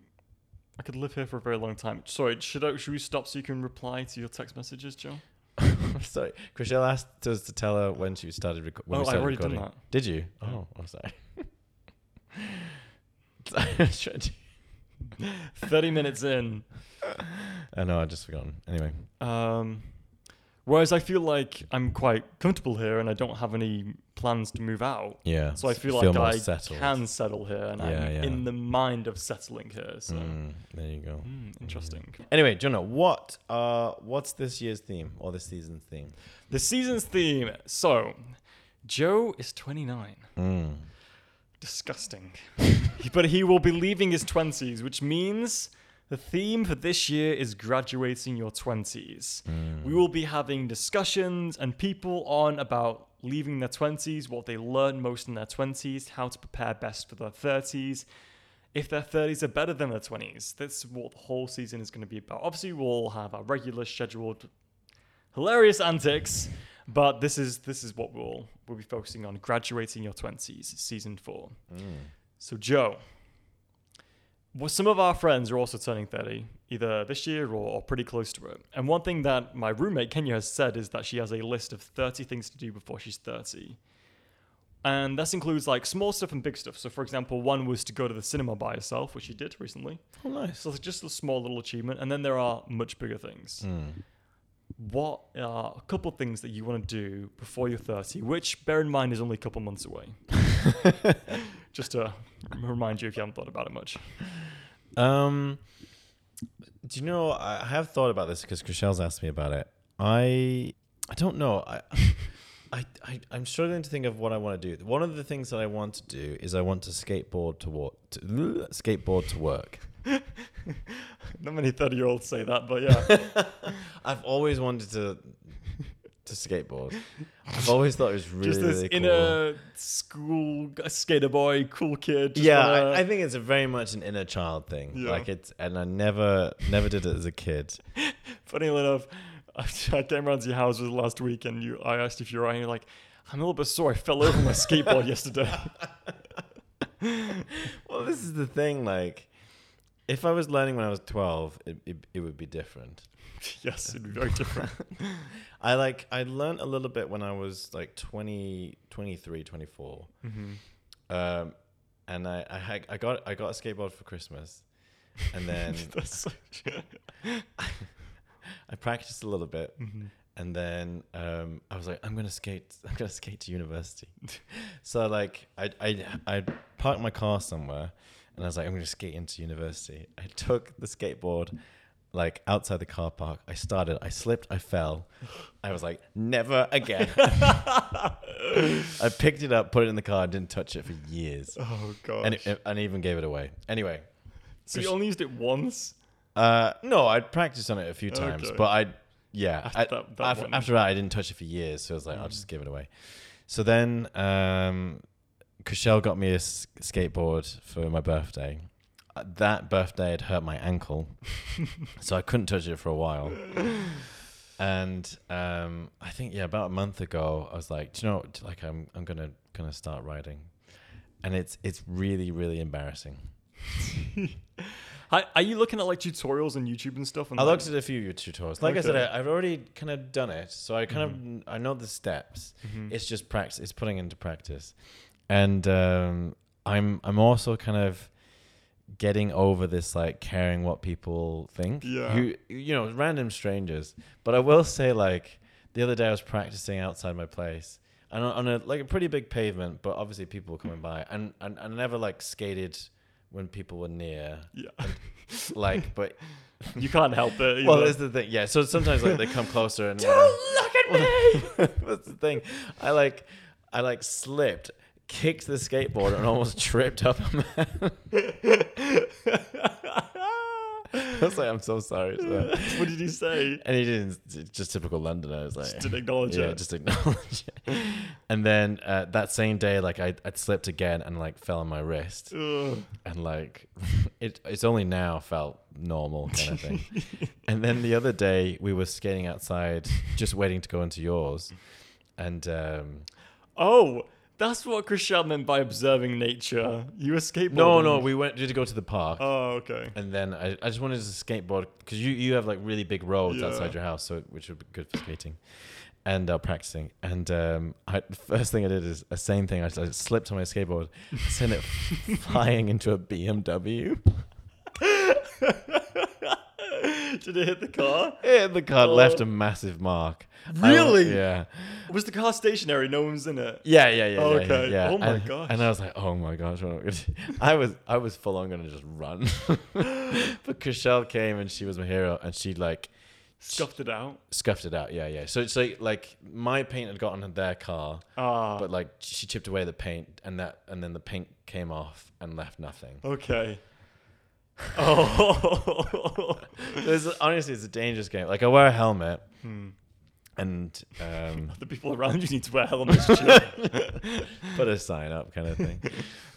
I could live here for a very long time. Sorry, should I, should we stop so you can reply to your text messages, Joe?
sorry, Chriselle asked us to tell her when she started. Reco- when
oh,
we started
I've already
recording.
done that.
Did you?
Yeah.
Oh, I'm sorry. I was trying to-
Thirty minutes in.
I know, I just forgotten. Anyway,
Um, whereas I feel like I'm quite comfortable here and I don't have any plans to move out.
yeah.
So I feel like
more
I
settled.
can settle here and
Yeah,
I'm
yeah.
in the mind of settling here. So
Mm, there you go.
Mm, interesting.
Anyway, Jonah, what uh, what's this year's theme or this season's theme?
The season's theme. So Joe is 29. Hmm.
Mm.
Disgusting. but he will be leaving his 20s, which means the theme for this year is graduating your 20s. We will be having discussions and people on about leaving their 20s, what they learn most in their 20s, how to prepare best for their 30s, if their 30s are better than their 20s. That's what the whole season is going to be about. Obviously, we'll all have our regular scheduled hilarious antics. But this is this is what we'll we'll be focusing on: graduating your twenties, season four. So Joe, well, some of our friends are also turning thirty, either this year or, or pretty close to it. And one thing that my roommate Kenya has said is that she has a list of thirty things to do before she's thirty. And this includes like small stuff and big stuff. So, for example, one was to go to the cinema by herself, which she did recently.
Oh, nice.
So, it's just a small little achievement. And then there are much bigger things
Mm.
what are a couple things that you want to do before you're 30, which bear in mind is only a couple months away. Just to remind you if you haven't thought about it much.
Um, do you know? I I have thought about this because Chriselle's asked me about it. I I don't know. I, I I I'm struggling to think of what I want to do. One of the things that I want to do is I want to skateboard to work. To, skateboard to work.
Not many 30 year olds say that, but yeah.
I've always wanted to to skateboard. I've always thought it was really
just this
really cool.
inner school g- skater boy, cool kid. just
yeah,
wanna-
I, I think it's a very much an inner child thing.
Yeah.
Like it's, and I never, never did it as a kid.
Funnily enough, I came around to your house last week and you, I asked if you were right, and you're like, I'm a little bit sore. I fell over my skateboard yesterday.
Well, this is the thing. Like, if I was learning when I was twelve, it it, it would be different.
yes, it'd be very different.
I like, I learned a little bit when I was like 20, 23, 24.
mm-hmm.
Um, and I, I, had- I got, I got a skateboard for Christmas, and then
That's such-
I practiced a little bit,
Mhm.
and then um, I was like, I'm gonna skate. I'm gonna skate to university. so like, I I I parked my car somewhere, and I was like, I'm gonna skate into university. I took the skateboard, like outside the car park. I started. I slipped. I fell. I was like, never again. I picked it up, put it in the car, didn't touch it for years,
Oh god.
and it, and even gave it away. Anyway,
so you only used it once?
Uh, no, I'd practiced on it a few times,
Okay.
but I, yeah, I,
After that- that
after,
one. Mm.
after that, I didn't touch it for years, so I was like, I'll just give it away. So then, um, Chriselle got me a s- skateboard for my birthday. Uh, That birthday had hurt my ankle, so I couldn't touch it for a while. And um, I think yeah, about a month ago, I was like, Do you know, what? like I'm I'm gonna gonna start riding, and it's it's really really embarrassing.
Hi, are you looking at like tutorials on YouTube and stuff? And
I
like-
looked at a few YouTube tutorials. Like I said,
Okay. Mm-hmm.
I, I've already kind of done it, so I kind of I know the steps. It's just practice. It's putting into practice, and um, I'm I'm also kind of getting over this like caring what people think.
Yeah.
Who you know, random strangers. But I will say, like the other day, I was practicing outside my place. And on on a like a pretty big pavement, but obviously people were coming by, and, and I never like skated when people were near,
yeah.
like, but
you can't help it.
well,
either.
that's the thing. Yeah. So sometimes like they come closer and
look at me.
that's the thing. I like I like slipped, kicked the skateboard and almost tripped up a man. I was like, I'm so sorry. sir."
what did he say?
And he didn't. Just typical Londoner. I was like,
Just didn't acknowledge
yeah,
it.
just acknowledge it. And then uh, that same day, like I, I'd slipped again and like fell on my wrist,
Ugh.
and like it, it's only now felt normal kind of thing. and then the other day, we were skating outside, just waiting to go into yours, and um,
Oh, that's what Christian meant by observing nature. You were skateboarding.
no, no, we went to go to the park.
Oh, okay.
And then I, I just wanted to skateboard because you, you have like really big roads
Yeah.
outside your house, so which would be good for skating and uh, practicing. And um, I, the first thing I did is the same thing. I, s- I slipped on my skateboard, sent it flying into a BMW.
Did it hit the car?
It, the car left
Oh.
a massive mark. I don't-
Really?
yeah.
Was the car stationary? No one's in it.
Yeah, yeah, yeah. yeah, yeah,
Okay.
Yeah,
Oh my
and,
gosh.
And I was like, oh my gosh, what am I gonna do? I was I was full on gonna just run. but Chriselle came and she was my hero and she like
Scuffed it out.
scuffed it out. Yeah, yeah. So it's like like my paint had gotten on their car,
Ah,
but like she chipped away the paint, and that and then the paint came off and left nothing.
okay. Oh.
There's honestly, it's a dangerous game. Like I wear a helmet,
Hmm.
and um,
the people around you need to wear helmets. Joe.
put a sign up kind of thing.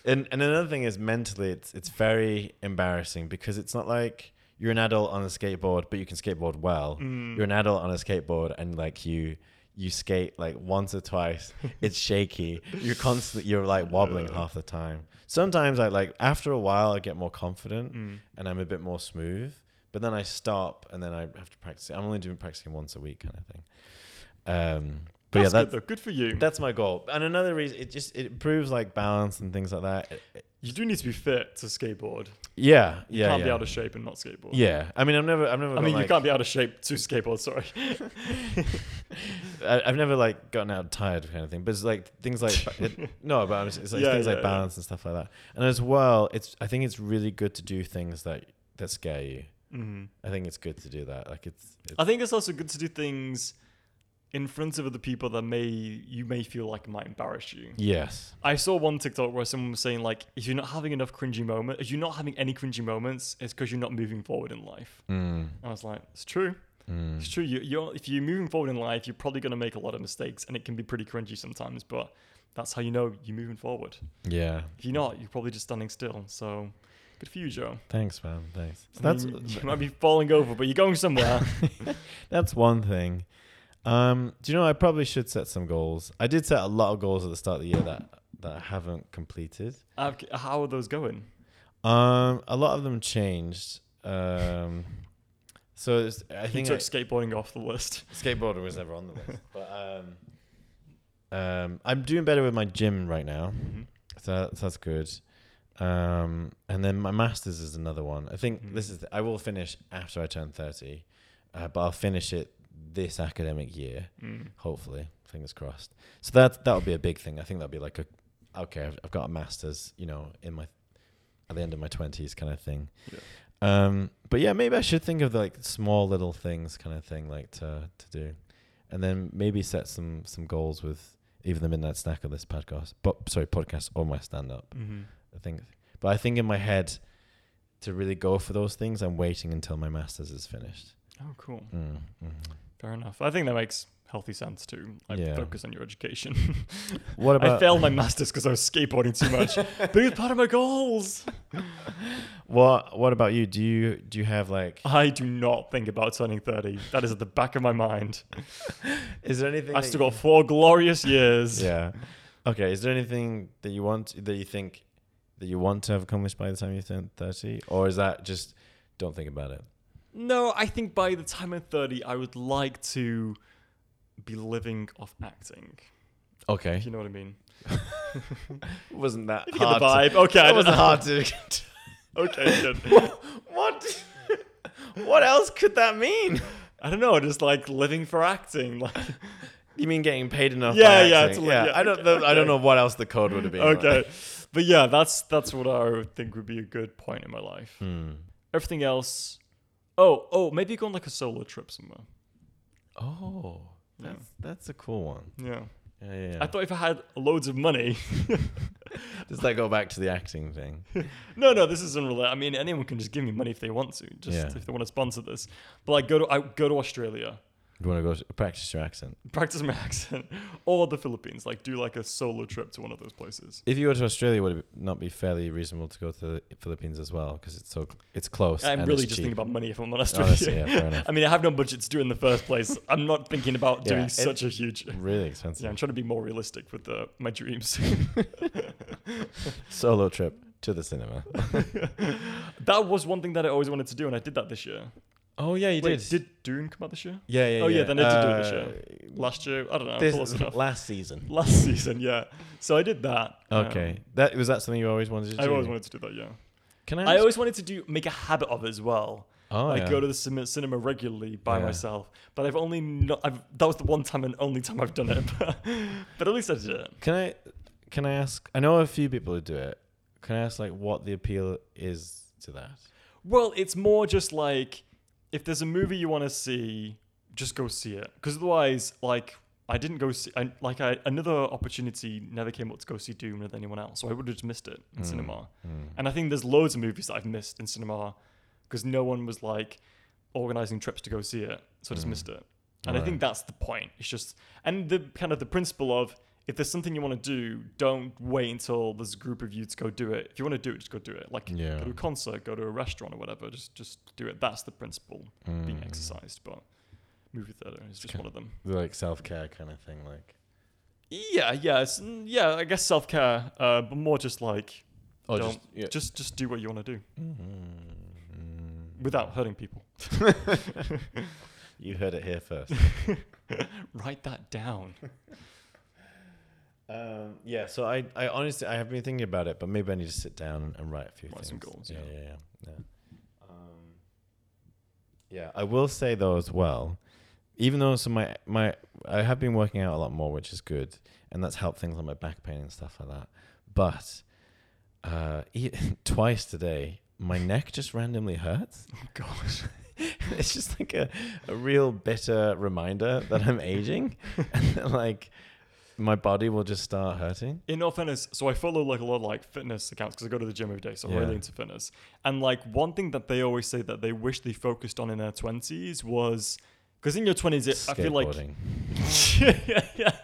and and another thing is mentally, it's it's very embarrassing because it's not like. You're an adult on a skateboard, but you can skateboard well. You're an adult on a skateboard, and like you, you skate like once or twice. It's shaky. You're constantly, you're like wobbling half the time. Sometimes I like after a while I get more confident and I'm a bit more smooth, but then I stop and then I have to practice. it. I'm only doing practicing once a week kind of thing. Um, but
that's
yeah, that,
good, though. Good for you.
that's my goal. And another reason, it just it improves like balance and things like that. It- it-
you do need to be fit to skateboard.
yeah,
You
yeah,
can't
yeah.
be out of shape and not skateboard.
yeah. I mean, I've never, I've never.
I mean, you
like,
can't be out of shape to skateboard. Sorry.
I, I've never like gotten out tired kind of thing, but it's like things like it, no, but I'm just- it's like
Yeah,
things
yeah,
like
yeah.
balance and stuff like that. And as well, it's I think it's really good to do things that that scare you.
Mhm.
I think it's good to do that. Like it's, it's
I think it's also good to do things in front of other people that may you may feel like might embarrass you.
yes,
I saw one TikTok where someone was saying like, if you're not having enough cringy moments, if you're not having any cringy moments, it's because you're not moving forward in life.
mm,
And I was like, it's true.
mm.
It's true. You, you're if you're moving forward in life, you're probably going to make a lot of mistakes, and it can be pretty cringy sometimes. But that's how you know you're moving forward.
yeah.
If you're not, you're probably just standing still. So good for you, Joe.
Thanks, man. Thanks. So
I mean,
that's
you, you might be falling over, but you're going somewhere.
That's one thing. Um, do you know I probably should set some goals. I did set a lot of goals at the start of the year that that I haven't completed.
Uh, how are those going?
Um, a lot of them changed. Um, so it's, I
You
think
took
I-
skateboarding off the list.
skateboarder was never on the list, but um, um, I'm doing better with my gym right now,
Mhm.
so, that- so that's good. Um, and then my masters is another one. I think
Mhm.
this is I will finish after I turn thirty, uh, but I'll finish it this academic year.
Mm.
hopefully fingers crossed so that that'll be a big thing i think that'll be like a okay i've, I've got a master's you know in my at the end of my 20s kind of thing
Yeah.
um but yeah maybe i should think of like small little things kind of thing like to to do and then maybe set some some goals with either the midnight snack or this podcast but sorry podcast or my stand up
hmm
i think but i think in my head to really go for those things i'm waiting until my master's is finished
Oh, cool.
mm, mhm.
Fair enough. I think that makes healthy sense too. Like
Yeah.
focus on your education.
what about
I failed my masters because I was skateboarding too much, but it was part of my goals.
What What about you? Do you do you have like?
I do not think about turning thirty. That is at the back of my mind.
Is there anything?
I've
that
still got four glorious years.
you- Yeah. Okay. Is there anything that you want that you think that you want to have accomplished by the time you turn thirty, or is that just don't think about it?
No, I think by the time I'm thirty, I would like to be living off acting. If
Okay.
you know what I mean.
Wasn't that
You get
hard?
the vibe. Okay,
To,
I
that
don't
wasn't
know.
hard to.
Okay, good.
what? what else could that mean?
I don't know, just like living for acting. Like,
You mean getting paid enough?
Yeah,
by
yeah,
acting?
it's li- yeah,
I don't.
okay,
know- I
okay.
don't know what else the code would have been.
okay, but yeah, that's that's what I would think would be a good point in my life.
Hmm.
Everything else, oh, oh, maybe go on like a solo trip somewhere.
Oh,
Yeah.
that's that's a cool one.
Yeah,
Yeah, yeah. yeah.
I thought if I had loads of money,
Does that go back to the acting thing?
No, no, this isn't related. I mean, anyone can just give me money if they want to, just
Yeah.
if they want to sponsor this. But like, go to I go to Australia,
You want to go to- practice your accent.
practice my accent, or the Philippines. Like, do like a solo trip to one of those places.
If you go to Australia, would it not be fairly reasonable to go to the Philippines as well? Because it's so it's close.
I'm
and
really
it's
just
cheap.
thinking about money, if I'm honest with
Honestly,
you.
yeah, fair enough.
I mean, I have no budget to do it in the first place. I'm not thinking about
Yeah,
doing
it-
such a huge.
really expensive.
Yeah, I'm trying to be more realistic with the, my dreams.
Solo trip to the cinema.
that was one thing that I always wanted to do, and I did that this year.
Oh yeah, you
Wait, did Dune come out this year?
yeah, yeah.
Oh, yeah,
yeah.
then I did do it this Last year? I don't know.
This-
close enough.
last season.
Last season, yeah. So I did that. um,
Okay, that was that something you always wanted to do.
I always wanted to do that, yeah.
Can I?
I
ask-
always wanted to do make a habit of it as well.
oh,
like
yeah.
go to the cinema, cinema regularly by
Yeah.
myself. But I've only not, I've, that was the one time and only time I've done it. but at least I did it.
Can I? Can I ask? I know a few people who do it. Can I ask like what the appeal is to that?
Well, it's more just like if there's a movie you want to see, just go see it. Because otherwise, like I didn't go see, I, like I, another opportunity never came up to go see Doom with anyone else, so I would have just missed it in cinema.
Hmm,
And I think there's loads of movies that I've missed in cinema because no one was like organizing trips to go see it, so I just missed it. And I
Mm. Right.
think that's the point. It's just and the kind of the principle of if there's something you want to do, don't wait until there's a group of you to go do it. If you want to do it, just go do it. Like
Yeah.
go to a concert, go to a restaurant or whatever. Just just do it. That's the principle
hmm. Mm.
being exercised. But movie theater is just one of them.
Like self care kind of thing. Like
Yeah, yeah, it's, mm, yeah. I guess self care, uh, but more just like
oh,
don't
just yeah.
just just do what you want to do
Mm.
without hurting people.
You heard it here first.
Write that down.
um, yeah. So I, I honestly, I have been thinking about it, but maybe I need to sit down and write a few
Write
things.
some goals,
Yeah,
yeah.
yeah, yeah. Yeah. Um, yeah. I will say though as well, even though so my my I have been working out a lot more, which is good, and that's helped things like my back pain and stuff like that. But uh, e- twice today, my neck just randomly hurts.
Oh gosh.
it's just like a, a real bitter reminder that I'm aging and that, like my body will just start hurting.
In all fairness, so I follow like a lot of like fitness accounts because I go to the gym every day, so I'm really
Yeah.
into fitness. And like one thing that they always say that they wish they focused on in their twenties was because in your twenties, I feel like
Skateboarding.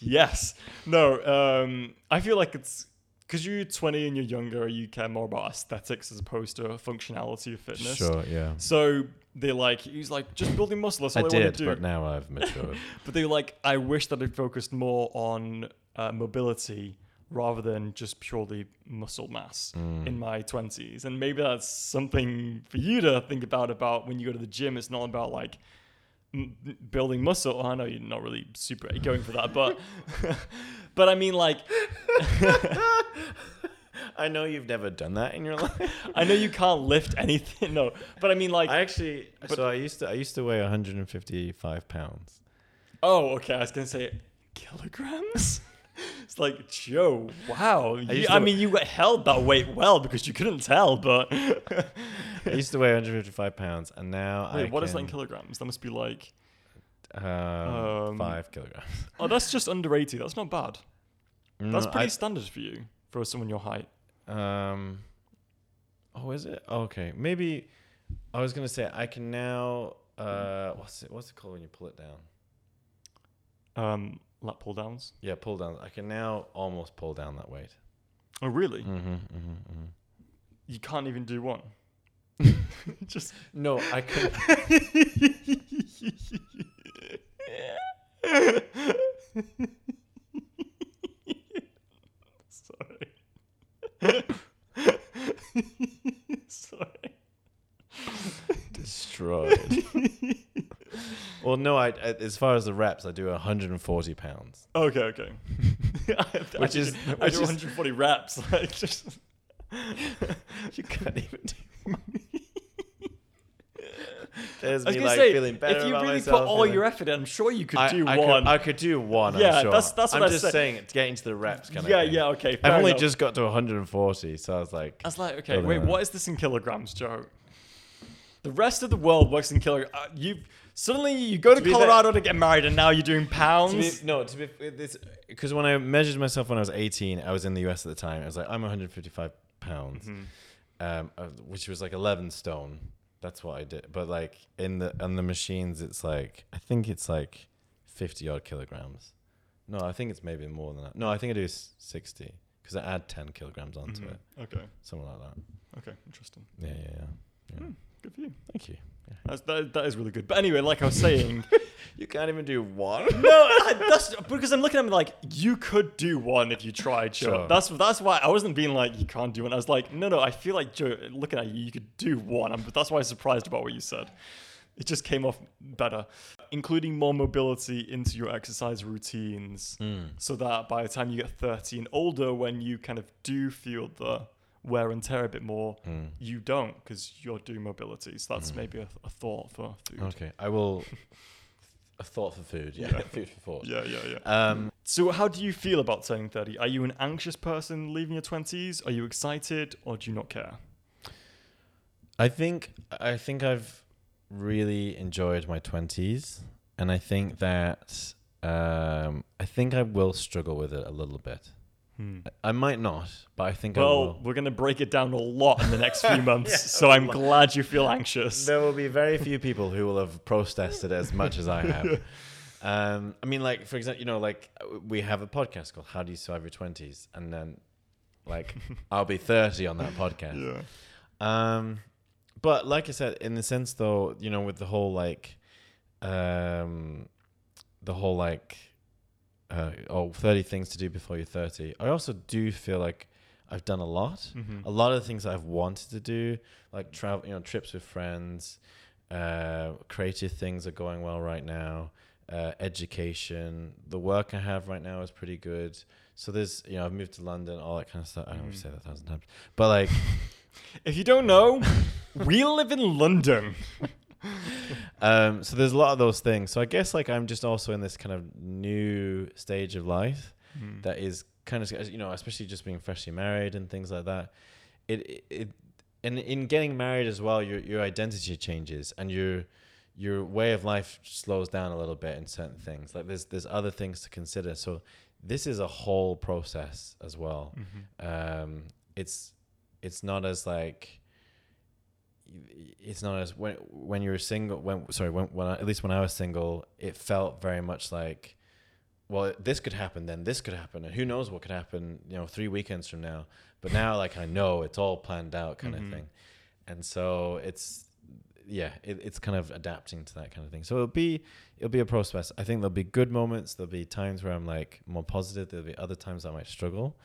yes. No, um, I feel like it's because you're 20 and you're younger, you care more about aesthetics as opposed to functionality of fitness.
Sure, yeah.
So they're like, he's like, just building muscle. That's
I
all I, want
did,
to do.
but now I've matured.
But they were like, I wish that I'd focused more on uh, mobility rather than just purely muscle mass in my 20s. And maybe that's something for you to think about, about when you go to the gym. It's not about like m- m- building muscle. Oh, I know you're not really super going for that, but, but I mean like,
I know you've never done that in your life.
I know you can't lift anything. No, but I mean like,
I actually, so I used to, I used to weigh 155 pounds.
oh, okay. I was going to say kilograms. It's like Joe. Wow, You-
used to
I
wa-
mean, you held that weight well because you couldn't tell, but
I used to weigh 155 pounds, and now I
Wait, what is that in
can,
kilograms? That must be like.
um,
Um,
five kilograms.
Oh, that's just under 80. That's not bad. That's
Mm,
pretty
I-
standard for you, for someone your height.
Um, oh, is it? Oh, okay, maybe. I was gonna say I can now. Uh, what's it? What's it called when you pull it down?
Um, lat pull downs.
Yeah, pull down. I can now almost pull down that weight.
Oh, really?
Mm-hmm, mm-hmm,
You can't even do one. just.
No, I could.
Sorry. Sorry.
Destroyed. well, no. I, I as far as the reps, I do 140 pounds.
Okay, okay. I
Which
did-
is-
I did
which is-
140 reps. Like just
You can't even do. There's
I was
me
gonna
like
say,
feeling better
if you
about
really
myself,
put all
feeling-
your effort in, I'm sure you could
I,
do
I
one.
Could, I could do one.
Yeah,
I'm sure.
that's- that's what
I'm
I
just
said.
saying. It's getting to the reps kind
yeah,
of. thing.
yeah, okay.
I've
fair
only
enough.
just got to 140, so I was like,
I was like, okay,
Building
wait,
on.
what is this in kilograms, Joe? The rest of the world works in kilograms. Uh, you suddenly you go to,
To be fair-
Colorado to get married, and now you're doing pounds.
To be, no, to be because when I measured myself when I was 18, I was in the US at the time. I was like, I'm 155 pounds, um, uh, which was like 11 stone. That's what I did. But like in the on the machines, it's like I think it's like 50 odd kilograms. No, I think it's maybe more than that. No, I think it is 60 because I add 10 kilograms onto it,
okay,
something like that.
okay, interesting.
Yeah, yeah, yeah. yeah.
Good for you.
Thank you.
That's, that, that is really good. But anyway, like I was saying,
You can't even do one.
no, I, that's because I'm looking at me like you could do one if you tried, Joe.
Sure.
That's that's why I wasn't being like you can't do one. I was like, no, no, I feel like Joe. Looking at you, you could do one. I'm, that's why I was surprised about what you said. It just came off better, including more mobility into your exercise routines,
Hmm.
so that by the time you get 30 and older, when you kind of do feel the wear and tear a bit more,
Hmm.
you don't because you're doing mobility. So that's maybe a, a thought for food.
Okay, I will. A thought for food. Yeah,
Yeah.
food for thought.
Yeah, yeah, yeah.
Um,
So, how do you feel about turning 30? Are you an anxious person leaving your 20s? Are you excited or do you not care?
I think I think I've really enjoyed my twenties, and I think that um, I think I will struggle with it a little bit. I might not, but I think I
Well,
will.
we're going to break it down a lot in the next few months, so I'm glad you feel anxious.
There will be very few people who will have protested as much as I have. Um, I mean, like for example, you know, like we have a podcast called "How Do You Survive Your 20s? and then like I'll be thirty on that podcast.
Yeah.
Um, but like I said, in the sense though, you know, with the whole like, um, the whole like, uh, oh, 30 things to do before you're 30. I also do feel like I've done a lot.
Mm. Mm-hmm.
A lot of the things that I've wanted to do, like travel, you know, trips with friends, uh, creative things are going well right now. Uh, education, the work I have right now is pretty good. So there's, you know, I've moved to London, all that kind of stuff. I don't know if I've said that a thousand times, but like,
If you don't know, we live in London.
Um, so there's a lot of those things. So I guess like I'm just also in this kind of new stage of life that is kind of you know, especially just being freshly married and things like that. It it, it and in getting married as well, your your identity changes and your your way of life slows down a little bit in certain things. Like there's there's other things to consider. So this is a whole process as well.
Mm-hmm.
Um, it's it's not as like it's not as when when you were single when sorry when, when I, at least when I was single it felt very much like well this could happen then this could happen and who knows what could happen you know three weekends from now but now like I know it's all planned out kind of thing and so it's yeah it, it's kind of adapting to that kind of thing so it'll be it'll be a process I think there'll be good moments there'll be times where I'm like more positive there'll be other times I might struggle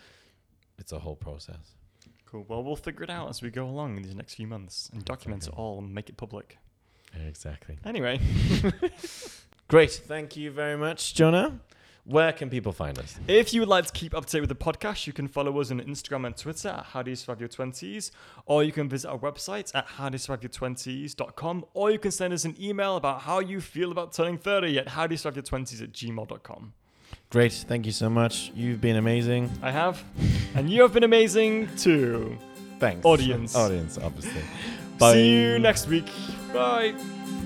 it's a whole process
Cool. Well, we'll figure it out as we go along in these next few months and document it all and make it public.
exactly
Anyway,
Great. Thank you very much, Jonah. Where can people find us?
If you would like to keep up to date with the podcast, you can follow us on Instagram and Twitter at How Do You Survive Your 20s, or you can visit our website at howdoyousurviveyour20s.com, or you can send us an email about how you feel about turning 30 at howdoyousurviveyour20s at gmail.com.
Great. Thank you so much. You've been amazing.
I have, and you have been amazing too.
Thanks.
Audience.
Audience, obviously.
See you next week. Bye.